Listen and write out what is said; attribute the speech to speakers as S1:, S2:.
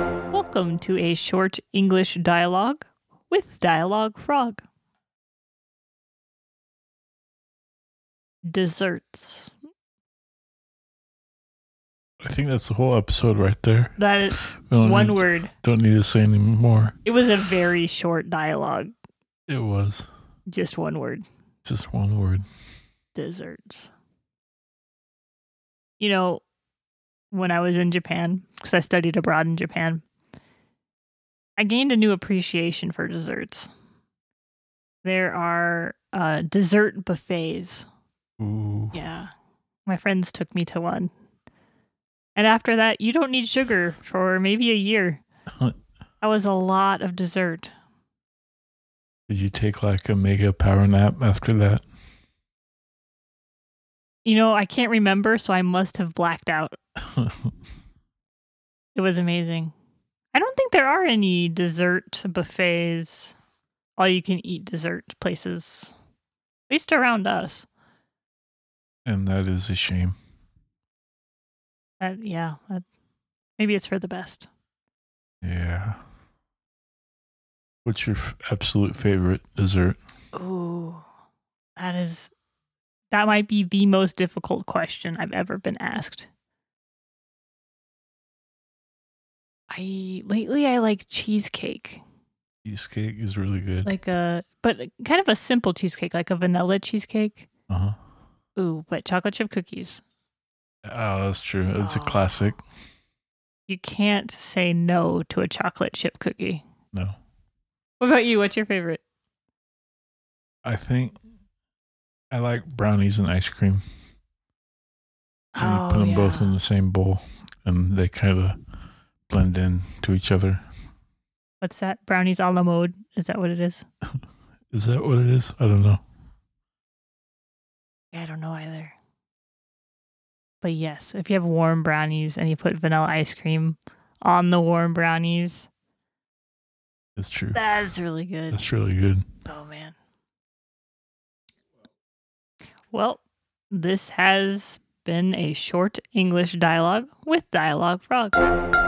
S1: Welcome to a short English dialogue with Dialogue Frog. Desserts.
S2: I think that's the whole episode right there.
S1: That is
S2: We don't
S1: one
S2: need,
S1: word.
S2: Don't need to say any more.
S1: It was a very short dialogue.
S2: It was
S1: Just one word.
S2: just one word.
S1: desserts. You know, when I was in Japan, because I studied abroad in Japan, I gained a new appreciation for desserts. There are uh, dessert buffets.
S2: Ooh.
S1: Yeah. My friends took me to one. And after that, you don't need sugar for maybe a year. That was a lot of dessert.
S2: Did you take like a mega power nap after that?
S1: You know, I can't remember, so I must have blacked out. It was amazing. I don't think there are any dessert buffets, all you can eat dessert places, at least around us.
S2: and that is a shame.
S1: Uh, yeah, that, maybe it's for the best.
S2: Yeah. What's your f- absolute favorite dessert?
S1: Ooh, that is, that might be the most difficult question I've ever been asked. I lately I like cheesecake,
S2: Cheesecake is really good.
S1: like a but kind of a simple cheesecake, like a vanilla cheesecake.
S2: Uh huh.
S1: Ooh, but chocolate chip cookies.
S2: Oh, that's true. It's
S1: Oh.
S2: a classic.
S1: You can't say no to a chocolate chip cookie.
S2: No.
S1: What about you? What's your favorite?
S2: I think I like brownies and ice cream. And you
S1: Oh,
S2: put them both in the same bowl and they kind of blend in to each other.
S1: What's that? Brownies a la mode? Is that what it is?
S2: Is that what it is? I don't know.
S1: Yeah, I don't know either. But yes, if you have warm brownies and you put vanilla ice cream on the warm brownies,
S2: It's true.
S1: that's really good.
S2: That's really good.
S1: Oh man. Well, this has been a short English dialogue with Dialogue Frog.